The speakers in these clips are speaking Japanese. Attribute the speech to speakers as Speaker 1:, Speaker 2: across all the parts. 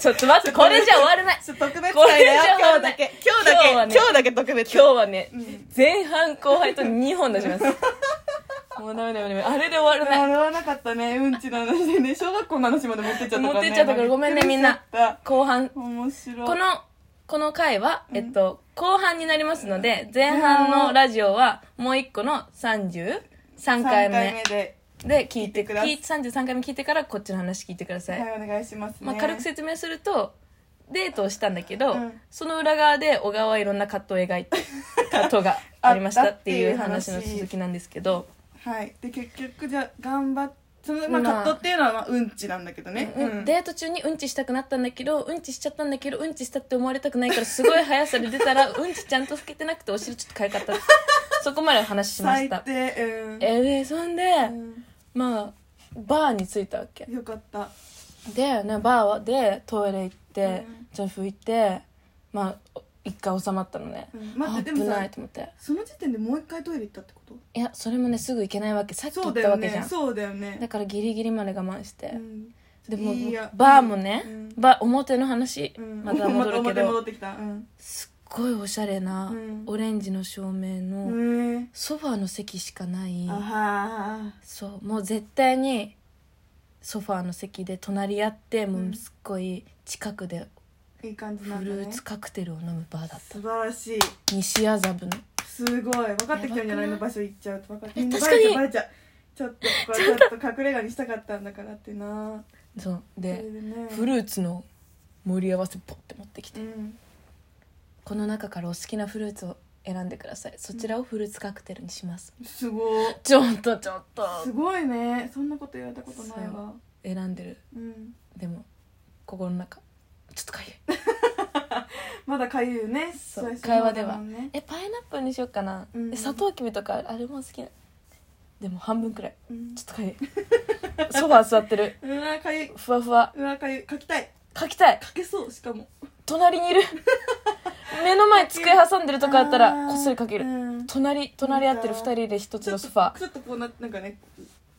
Speaker 1: ちょっと待って、これじゃ終われない。
Speaker 2: 特別会
Speaker 1: これ
Speaker 2: だ
Speaker 1: じ
Speaker 2: よ
Speaker 1: ゃ終
Speaker 2: 今
Speaker 1: わん
Speaker 2: 日
Speaker 1: な
Speaker 2: だ
Speaker 1: い
Speaker 2: け今日だ
Speaker 1: 今日は
Speaker 2: け今
Speaker 1: ね
Speaker 2: 日,、だけ特別
Speaker 1: 今日はね、前半後輩と2本出します。もうダメだよね。あれで終われない。
Speaker 2: 笑わなかったねうんちの話 でね小学校の話まで持ってっちゃったから、ね、
Speaker 1: 持ってっちゃったからごめんねみんな
Speaker 2: びっくりしちゃった
Speaker 1: 後半、
Speaker 2: 面白い
Speaker 1: この、この回は、えっと、後半になりますので、前半のラジオはもう1個の33
Speaker 2: 3
Speaker 1: 回
Speaker 2: 回
Speaker 1: 目
Speaker 2: 目で
Speaker 1: で聞いて
Speaker 2: 聞いてくださ
Speaker 1: 聞
Speaker 2: い
Speaker 1: い33回目聞いてからこっちの話聞いてください。
Speaker 2: はいお願いしますね、
Speaker 1: まあ、軽く説明するとデートをしたんだけど、
Speaker 2: うん
Speaker 1: その裏側で小川はいろんな葛藤を描いて葛藤がありましたっていう話の続きなんですけど、
Speaker 2: はいで結局じゃあ頑張っその、まあ、
Speaker 1: まあ
Speaker 2: カットっていうのはまあうんちなんだけどね、
Speaker 1: うんデート中にうんちしたくなったんだけどうんちしちゃったんだけどうんちしたって思われたくないからすごい速さで出たら うんちちゃんと拭けてなくてお尻ちょっとかゆかった そこまでお話ししまし
Speaker 2: 最
Speaker 1: た
Speaker 2: 低うん、
Speaker 1: えーでそんで、まあバーに着いたわけ
Speaker 2: うんよかった
Speaker 1: で、ね、バーでトイレ行って、
Speaker 2: うん
Speaker 1: じゃあ拭いてまあ一回収まったのね、
Speaker 2: うん待って
Speaker 1: 危
Speaker 2: でもさ
Speaker 1: ないと思って
Speaker 2: その時点でもう一回トイレ行ったってこと
Speaker 1: いやそれもねすぐ行けないわけさっき
Speaker 2: そ
Speaker 1: 言
Speaker 2: う
Speaker 1: っ
Speaker 2: だ
Speaker 1: た
Speaker 2: よ
Speaker 1: わけじゃ
Speaker 2: ね
Speaker 1: んだ
Speaker 2: そうだよね、
Speaker 1: からギリギリまで我慢して、
Speaker 2: うん、
Speaker 1: でも
Speaker 2: いや
Speaker 1: バーもね、
Speaker 2: うん
Speaker 1: バー表の話、
Speaker 2: うん
Speaker 1: また戻るけ
Speaker 2: また戻
Speaker 1: ど
Speaker 2: ってきたうん
Speaker 1: すっごいおしゃれな、
Speaker 2: うん
Speaker 1: オレンジの照明の、
Speaker 2: ね
Speaker 1: ソファーの席しかない
Speaker 2: あは
Speaker 1: そうもう絶対にソファーの席で隣り合って、
Speaker 2: う
Speaker 1: も
Speaker 2: ん
Speaker 1: うすっごい近くで
Speaker 2: ーいい感じ
Speaker 1: フ
Speaker 2: なんだ
Speaker 1: ル
Speaker 2: ね
Speaker 1: ーツカクテルを飲むバーだっ
Speaker 2: 素晴らしい
Speaker 1: た西麻布の
Speaker 2: すごい分かってきたんじゃない
Speaker 1: やばくない
Speaker 2: の場所行っちゃうと分かって
Speaker 1: え
Speaker 2: みんな
Speaker 1: 確かに
Speaker 2: バレちゃうバレちゃうちょっとこれちょっと隠れ家にしたかったんだからってな
Speaker 1: そう
Speaker 2: そ
Speaker 1: で
Speaker 2: れ、でね
Speaker 1: フルーツの盛り合わせポッて持ってきて
Speaker 2: う、ん
Speaker 1: この中からお好きなフルーツを選んでくださいそちらをフルーツカクテルにします、
Speaker 2: すごい
Speaker 1: ちょっとちょっと
Speaker 2: すごいねそんなこと言われたことないわ
Speaker 1: 選んでる
Speaker 2: うん
Speaker 1: でも心の中ちょっとかゆい
Speaker 2: まだかゆいよね
Speaker 1: そう
Speaker 2: 最初
Speaker 1: 会話では
Speaker 2: の方だもんね
Speaker 1: えパイナップルにしようかな、
Speaker 2: うん
Speaker 1: えサトウキビとかあれも好きなでも半分くらい
Speaker 2: うん
Speaker 1: ちょっとかゆ いソファー座ってる
Speaker 2: うわかゆい
Speaker 1: ふわふわ
Speaker 2: うわかゆい書きたい
Speaker 1: 書きたい
Speaker 2: 書けそうしかも
Speaker 1: 隣 にいる目の前机挟んでるとこあったら
Speaker 2: あー
Speaker 1: こっそり書ける
Speaker 2: うん
Speaker 1: 隣隣り合ってる2人で1つ
Speaker 2: ちょ
Speaker 1: の
Speaker 2: っと
Speaker 1: ソファー
Speaker 2: ちょっとこうななんかね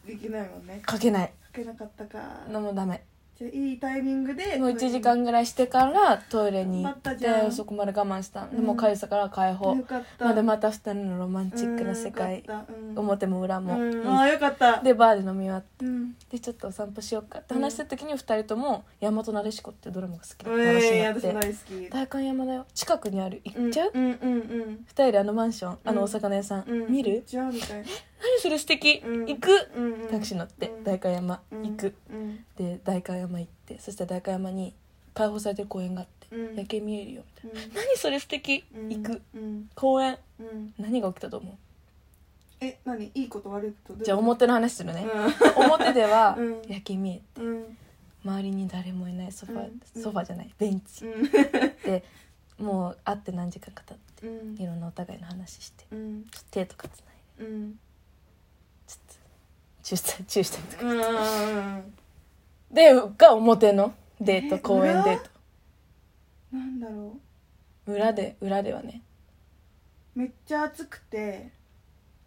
Speaker 2: できないもんね
Speaker 1: 書けない
Speaker 2: 書けなかったか
Speaker 1: のもダメ
Speaker 2: じゃあいいタイミングで
Speaker 1: もう1時間ぐらいしてからトイレに行
Speaker 2: 待
Speaker 1: っ
Speaker 2: った
Speaker 1: て
Speaker 2: じゃん
Speaker 1: そこまで我慢した、
Speaker 2: うん
Speaker 1: でもかゆさから解放
Speaker 2: よかった
Speaker 1: まだまた2人のロマンチックな世界
Speaker 2: うんよかったうん
Speaker 1: 表も裏も、
Speaker 2: うん、
Speaker 1: うん
Speaker 2: ああよかった
Speaker 1: でバーで飲み終わっ
Speaker 2: うん
Speaker 1: てちょっとお散歩しようかって話した時に2人とも「大和なでしこ」ってドラマが好きだ
Speaker 2: え
Speaker 1: って話に
Speaker 2: え
Speaker 1: なっ
Speaker 2: 私
Speaker 1: て
Speaker 2: 大好
Speaker 1: 「
Speaker 2: き
Speaker 1: 大観山だよ近くにある行っちゃう
Speaker 2: うんうんうん
Speaker 1: 2人であのマンションあのお魚屋さん、
Speaker 2: うんうん
Speaker 1: 見る
Speaker 2: じゃあみたいな
Speaker 1: 何それ素敵、
Speaker 2: うん
Speaker 1: 行く
Speaker 2: うんうん
Speaker 1: タクシー乗って
Speaker 2: うん
Speaker 1: 代官山行く、
Speaker 2: うん
Speaker 1: で代官山行ってそしたら代官山に開放されてる公園があって、
Speaker 2: うん
Speaker 1: 夜景見えるよみたいな
Speaker 2: うん
Speaker 1: 何それ素敵、
Speaker 2: うん
Speaker 1: 行く
Speaker 2: うん
Speaker 1: 公園
Speaker 2: うん
Speaker 1: 何が起きたと思
Speaker 2: え何いいこと悪いこと
Speaker 1: うじゃあ
Speaker 2: 思っ
Speaker 1: 表の話する
Speaker 2: て
Speaker 1: ね、
Speaker 2: う
Speaker 1: 表では、
Speaker 2: うん
Speaker 1: 夜景見え
Speaker 2: んうん
Speaker 1: 周りに誰もいないソファー、
Speaker 2: うん
Speaker 1: ソファーじゃないベンチ
Speaker 2: うん
Speaker 1: でもう会って何時間か経って
Speaker 2: うん
Speaker 1: いろんなお互いの話して
Speaker 2: うん
Speaker 1: ちょっと手とかつないで
Speaker 2: うん
Speaker 1: ちょっとチューしたチューしたりとか
Speaker 2: うん
Speaker 1: でが表のデート
Speaker 2: え
Speaker 1: 公園デート
Speaker 2: なんだろ
Speaker 1: 裏で裏ではね
Speaker 2: うめっちゃ暑くて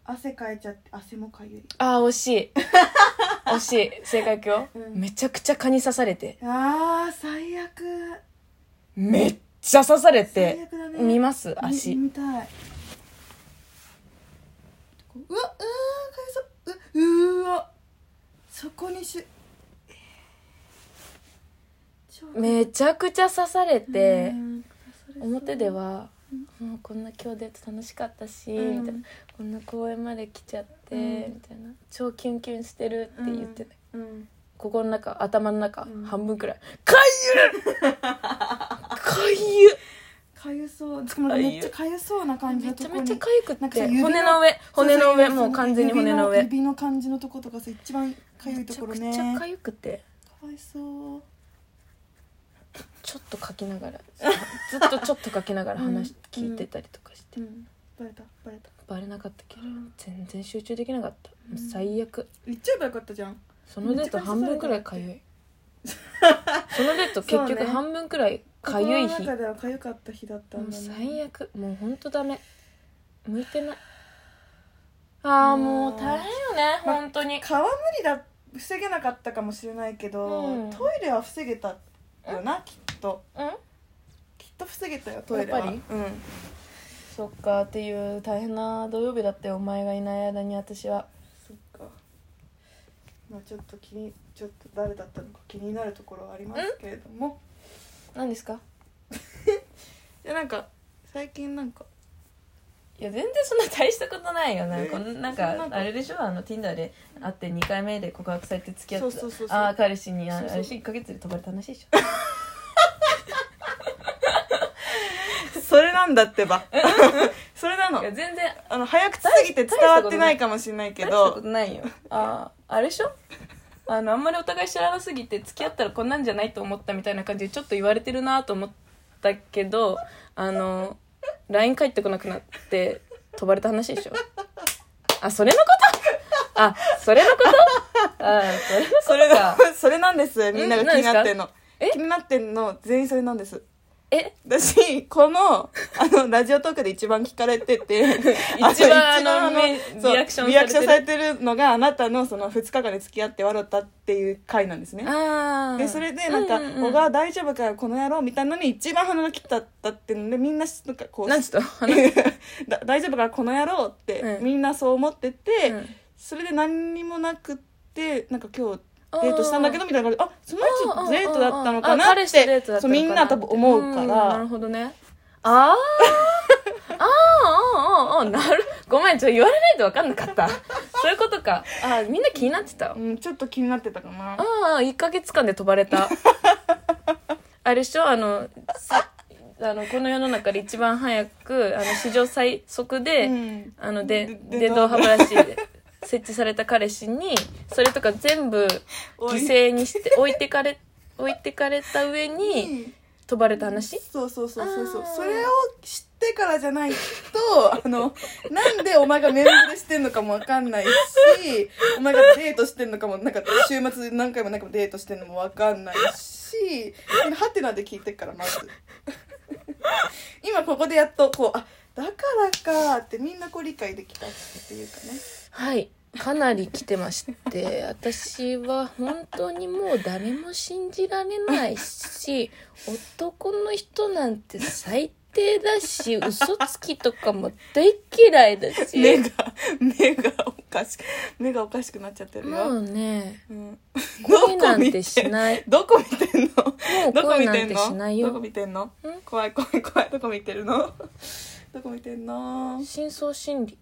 Speaker 2: 汗かいちゃって汗もかゆい
Speaker 1: ああ惜しい 惜しい正解いくよ、
Speaker 2: うん
Speaker 1: めちゃくちゃ蚊に刺されて
Speaker 2: あー最悪
Speaker 1: めっちゃ刺され
Speaker 2: 最
Speaker 1: て
Speaker 2: 悪だね
Speaker 1: 見ます
Speaker 2: み
Speaker 1: 足
Speaker 2: 見たいこううわうわーかゆそうううーわそこにしゅえーちょ
Speaker 1: めちゃくちゃ刺されて
Speaker 2: うんそれそう
Speaker 1: 表ではもうこんな今日デート楽しかったし、
Speaker 2: うん
Speaker 1: みたいなこんな公園まで来ちゃって、
Speaker 2: うん
Speaker 1: みたいな超キュンキュンしてるって言ってた、
Speaker 2: うん
Speaker 1: 心の中頭の中、
Speaker 2: うん
Speaker 1: 半分くらいかゆいか
Speaker 2: かゆそうつかまりめっちゃかゆそうな
Speaker 1: ゆい
Speaker 2: 感じ
Speaker 1: め
Speaker 2: の
Speaker 1: ち
Speaker 2: と
Speaker 1: ゃ
Speaker 2: こに
Speaker 1: めちゃかゆく
Speaker 2: な
Speaker 1: っ
Speaker 2: んかさ
Speaker 1: て
Speaker 2: 指の
Speaker 1: 骨の上骨の上
Speaker 2: そうそう
Speaker 1: もう完全に骨の上
Speaker 2: 指の感じのとことかさ一番かゆい
Speaker 1: め
Speaker 2: と
Speaker 1: ち
Speaker 2: こ
Speaker 1: ゃ
Speaker 2: ろ
Speaker 1: く
Speaker 2: ね
Speaker 1: ちゃか
Speaker 2: か
Speaker 1: ゆくて
Speaker 2: わいそう
Speaker 1: ちょっと書きながらずっとちょっと書きながら話、
Speaker 2: うん
Speaker 1: 聞いてたりとかして、
Speaker 2: うんバレたバレた
Speaker 1: バレなかったけど全然集中できなかった、
Speaker 2: うん
Speaker 1: 最悪
Speaker 2: 言っちゃえばよかったじゃん
Speaker 1: そのデート半分くらいかゆいそのデート
Speaker 2: そう
Speaker 1: 結
Speaker 2: ね
Speaker 1: 局半分くらいかゆい日
Speaker 2: 心の中ではかゆかった日だった
Speaker 1: も
Speaker 2: ん
Speaker 1: う
Speaker 2: だね
Speaker 1: 最悪もうほんとダメ向いてない ああ
Speaker 2: うん
Speaker 1: もう大変よね本当に
Speaker 2: 川無理だ防げなかったかもしれないけど、
Speaker 1: うん
Speaker 2: トイレは防げたよなきっと
Speaker 1: うん
Speaker 2: きっと防げたよトイレは
Speaker 1: やっぱり
Speaker 2: うん
Speaker 1: そっかっていう大変な土曜日だったよお前がいない間に私は
Speaker 2: そっかまあちょっと気にちょっと誰だったのか気になるところはありますけれども
Speaker 1: 何ですか
Speaker 2: いやなんか最近なんか
Speaker 1: いや全然そんな大したことないよなんか
Speaker 2: え
Speaker 1: なん
Speaker 2: そんな
Speaker 1: か
Speaker 2: こと
Speaker 1: あれでしょあの Tinder で会って2回目で告白されて付き合ってた
Speaker 2: そうそうそうそう
Speaker 1: ああ彼氏にあ
Speaker 2: そうそ
Speaker 1: 彼
Speaker 2: う
Speaker 1: 氏1ヶ月で飛ばれた話でしょ
Speaker 2: それなんだってば それない
Speaker 1: や
Speaker 2: の
Speaker 1: 全然
Speaker 2: あの早口すぎて伝わってないかもしれないけ
Speaker 1: 大したこ
Speaker 2: ど
Speaker 1: とないよあああれでしょあのあんまりお互い知らなすぎて付き合ったらこんなんじゃないと思ったみたいな感じでちょっと言われてるなと思ったけどあの LINE 返ってこなくなって飛ばれた話でしょあそれのことあそれのことあそれのこと
Speaker 2: それが
Speaker 1: か
Speaker 2: それなんですみんなが気になってんの
Speaker 1: え
Speaker 2: 気になってんの全員それなんです
Speaker 1: え
Speaker 2: 私このあのラジオトークで一番聞かれて て
Speaker 1: 一番
Speaker 2: 一番
Speaker 1: あのめ
Speaker 2: そう
Speaker 1: リアクションされてる
Speaker 2: リアクションされてるのがあなたのその2日間で付き合って笑ったっていう回なんですね
Speaker 1: ああ
Speaker 2: でそれでなんか
Speaker 1: うう
Speaker 2: 「
Speaker 1: う
Speaker 2: 小川大丈夫かよこの野郎」みたいなのに一番鼻が切ったったってんでみんななんかこう
Speaker 1: なんつった
Speaker 2: だ大丈夫かこの野郎」って、
Speaker 1: うん
Speaker 2: みんなそう思ってて、
Speaker 1: うん
Speaker 2: それで何にもなくってなんか今日デートしたんだけどみたいな感じであそのやつデートだったのかな
Speaker 1: あ
Speaker 2: っ
Speaker 1: 彼氏とデートだ
Speaker 2: て
Speaker 1: った
Speaker 2: そ
Speaker 1: の
Speaker 2: う
Speaker 1: かな
Speaker 2: みんな多分思うか
Speaker 1: んなる
Speaker 2: ら
Speaker 1: ほどねあーあーあーあーあーなるごめんちょっと言われないと分かんなかった そういうことかあーみんな気になってたわ
Speaker 2: うんちょっと気になってたかな
Speaker 1: ああ1ヶ月間で飛ばれたあれでしょあのさあのこの世の中で一番早くあの史上最速で、
Speaker 2: うん
Speaker 1: あので
Speaker 2: で
Speaker 1: 電動歯ブラシで設置された彼氏にそれとか全部
Speaker 2: お
Speaker 1: 犠
Speaker 2: い
Speaker 1: 牲にして置いてかれ置いてかれた上に飛ばれた話
Speaker 2: そうそうそうそうそう
Speaker 1: あー
Speaker 2: それを知ってからじゃないとあのなんでお前がメンズでしてんのかもわかんないしお前がデートしてんのかもなんか週末何回も何回もデートしてんのもわかんないしハテナで聞いてっからまず 今ここでやっとこうあだからかってみんなこう理解できたっていうかね
Speaker 1: はいかなり来てまして私は本当にもう誰も信じられないし男の人なんて最低だし嘘つきとかも大嫌いだ し、
Speaker 2: 目が目がおかしく目がおかしくなっちゃってる
Speaker 1: も
Speaker 2: よ、
Speaker 1: うね
Speaker 2: うん、
Speaker 1: 恋なんてしない
Speaker 2: どこ見てんの
Speaker 1: もう
Speaker 2: どこ
Speaker 1: 恋
Speaker 2: 見
Speaker 1: な
Speaker 2: て
Speaker 1: ん
Speaker 2: ん
Speaker 1: てし
Speaker 2: の
Speaker 1: ない
Speaker 2: どこ
Speaker 1: よ
Speaker 2: 見てんの怖い怖い怖いどこ見てるのどこ見てんの
Speaker 1: 深層心 理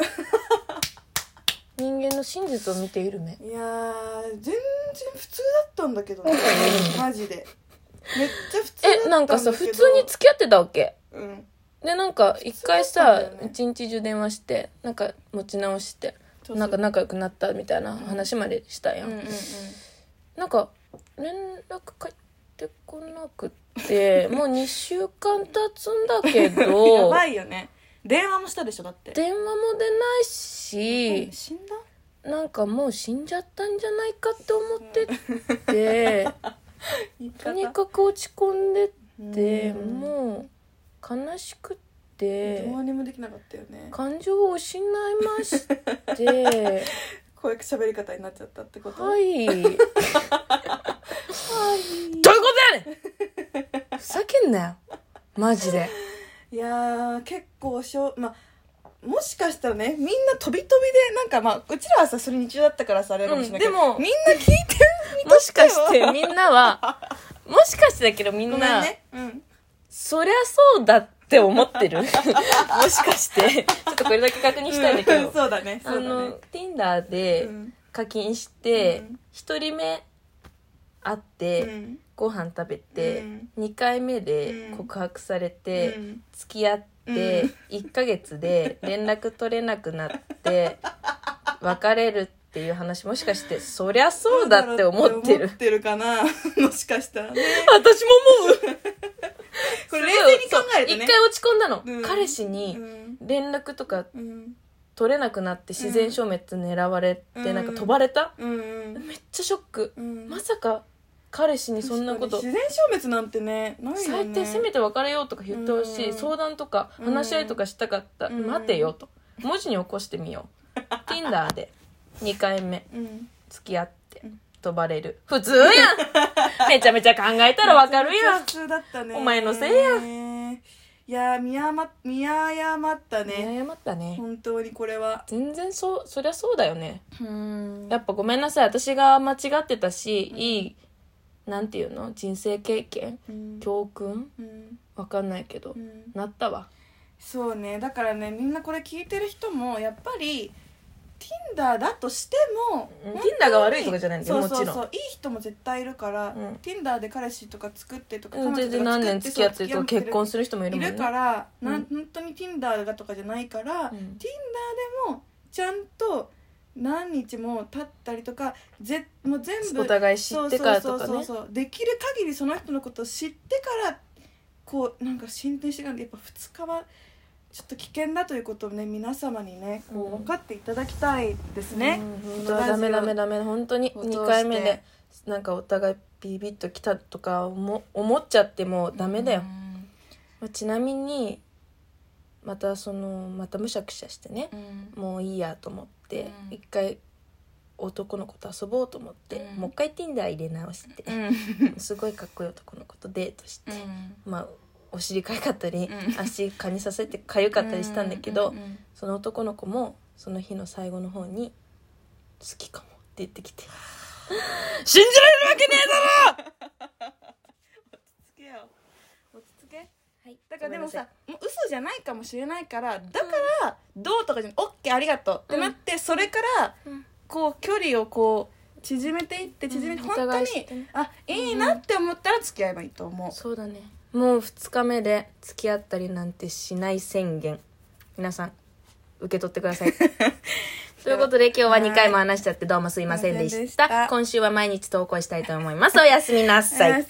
Speaker 1: 人間の真実を見ている目
Speaker 2: いやー全然普通だったんだけどねマジでめっちゃ普通だったんだけど
Speaker 1: えなんかさ普通に付き合ってたわけ
Speaker 2: うん
Speaker 1: でなんか一回
Speaker 2: 普通だ
Speaker 1: さ
Speaker 2: ったんだよね
Speaker 1: 一、日中電話してなんか持ち直して
Speaker 2: そうそう
Speaker 1: なんか仲良くなったみたいな話までしたや、
Speaker 2: うんんうんうん
Speaker 1: なんか連絡返ってこなく てもう2週間経つんだけ
Speaker 2: や
Speaker 1: ど
Speaker 2: ばいよね電話もしたでしょだって
Speaker 1: 電話も出ないし
Speaker 2: うん、死んだ
Speaker 1: なんかもう死んじゃったんじゃないかって思って て
Speaker 2: 言い方
Speaker 1: とにかく落ち込んでて
Speaker 2: うん
Speaker 1: もう悲しくて
Speaker 2: どうにもできなかったよね
Speaker 1: 感情を失いまして
Speaker 2: こういう喋り方になっちゃったってこと
Speaker 1: はいどういうこ
Speaker 2: はい
Speaker 1: とやねんふざけんなよマジで
Speaker 2: いやー結構しょ、まあ、もしかしたらねみんな飛び飛びでなんかまあうちらはさそれ日中だったからさあれかもしれないけど、
Speaker 1: うんでも
Speaker 2: みんな聞い て
Speaker 1: もしかしてみんなはもしかしてだけどみん
Speaker 2: ごめん
Speaker 1: な、
Speaker 2: ね、うん、
Speaker 1: そりゃそうだって思ってる もしかしてちょっとこれだけ確認したいんだけど、
Speaker 2: うんそうだねそ
Speaker 1: あ
Speaker 2: うだ
Speaker 1: の
Speaker 2: ね
Speaker 1: Tinder で
Speaker 2: うん
Speaker 1: 課金して
Speaker 2: うん
Speaker 1: 一、人目会って、
Speaker 2: うん
Speaker 1: ご飯食べて、
Speaker 2: うん
Speaker 1: 二回目で
Speaker 2: うん
Speaker 1: 告白されて、
Speaker 2: うん
Speaker 1: 付き合って
Speaker 2: うん
Speaker 1: 1ヶ月で連絡取れなくなって 別れるっていう話もしかしてそりゃそうだって思ってる
Speaker 2: 思ってるかな もしかしたらね
Speaker 1: 私も思う
Speaker 2: これ冷静に考えると
Speaker 1: そう
Speaker 2: ね
Speaker 1: 一回落ち込んだの、
Speaker 2: うん
Speaker 1: 彼氏に
Speaker 2: うん
Speaker 1: 連絡とか
Speaker 2: うん
Speaker 1: 取れなくなって自然消滅狙われて
Speaker 2: うん
Speaker 1: なんか飛ばれた、
Speaker 2: うん
Speaker 1: めっちゃショック、
Speaker 2: うん
Speaker 1: まさか彼氏にそんなこと
Speaker 2: 自然消滅なんてねないよ
Speaker 1: 最
Speaker 2: ね
Speaker 1: 低せめて別れようとか言ってほしい、
Speaker 2: うん
Speaker 1: 相談とか話し合いとかしたかった、
Speaker 2: うん
Speaker 1: 待てよと文字に起こしてみよう Tinder で2回目
Speaker 2: うん
Speaker 1: 付き合って、
Speaker 2: うん
Speaker 1: とバレる普通やんめちゃめちゃ考えたらわかるやん
Speaker 2: 普通だったね
Speaker 1: お前のせいや
Speaker 2: いやー見誤見誤ったね
Speaker 1: 見誤ったね
Speaker 2: 本当にこれは
Speaker 1: 全然そうそりゃそうだよね
Speaker 2: うん
Speaker 1: やっぱごめんなさい私が間違ってたし、いいなんていうの人生経験
Speaker 2: うん
Speaker 1: 教訓
Speaker 2: うん
Speaker 1: わかんないけど、
Speaker 2: うん
Speaker 1: なったわ
Speaker 2: そうねだからねみんなこれ聞いてる人もやっぱり Tinder だとしても
Speaker 1: うん
Speaker 2: 本当
Speaker 1: Tinder
Speaker 2: に
Speaker 1: が悪いとかじゃないんだよ
Speaker 2: そうそう
Speaker 1: もち
Speaker 2: そ
Speaker 1: ろ
Speaker 2: ういい人も絶対いるから、
Speaker 1: うん
Speaker 2: Tinder で彼氏とか作ってとか彼女とか
Speaker 1: 全然何年付き合ってると結婚する人もい
Speaker 2: い
Speaker 1: るもんね
Speaker 2: るから、な
Speaker 1: うん
Speaker 2: ん、本当に Tinder がとかじゃないから、
Speaker 1: うん
Speaker 2: Tinder でもちゃんと何日も経ったりとかぜもう全部
Speaker 1: お互い知ってからとか
Speaker 2: そうそう
Speaker 1: ね
Speaker 2: そうそうできる限りその人のことを知ってからこうなんか進展していかんでやっぱ2日はちょっと危険だということをね皆様にねこ
Speaker 1: うん
Speaker 2: う分かっていただきたいですね、
Speaker 1: うん本当はダメダメダメ本当に
Speaker 2: を通して
Speaker 1: 2回目でなんかお互いビビッときたとか思思っちゃってもダメだよ、まあちなみにまたそのまたむしゃくしゃしてね
Speaker 2: う、ん
Speaker 1: もういいやと思って
Speaker 2: うん
Speaker 1: 一、回男の子と遊ぼうと思って、
Speaker 2: うん
Speaker 1: もう一回 Tinder 入れ直して、
Speaker 2: うん
Speaker 1: すごいかっこいい男の子とデートして、
Speaker 2: うん
Speaker 1: まあお尻かゆかったり、
Speaker 2: うん
Speaker 1: 足蚊にさせてかゆかったりしたんだけど、
Speaker 2: うんうん
Speaker 1: その男の子もその日の最後の方に「好きかも」って言ってきて「 信じられるわけね
Speaker 2: つけよ落ち着
Speaker 1: えだ
Speaker 2: け
Speaker 1: ろ!」はい
Speaker 2: だからでもさ
Speaker 1: 「
Speaker 2: もう嘘じゃないかもしれないからだからどうとかじゃなくて OK ありがとうってなってそれから
Speaker 1: うん
Speaker 2: こう距離をこう縮めていって縮めて
Speaker 1: うん
Speaker 2: 本当
Speaker 1: お互い
Speaker 2: に
Speaker 1: 知ってね
Speaker 2: あいいなって思ったら付き合えばいいと思
Speaker 1: そうだねもう2日目で付き合ったりなんてしない宣言皆さん受け取ってくだ さいということで今日は2回も話しちゃってどうもすいませんでした
Speaker 2: はい
Speaker 1: 今週は毎日投稿したいと思いますおやすみな
Speaker 2: う。
Speaker 1: さい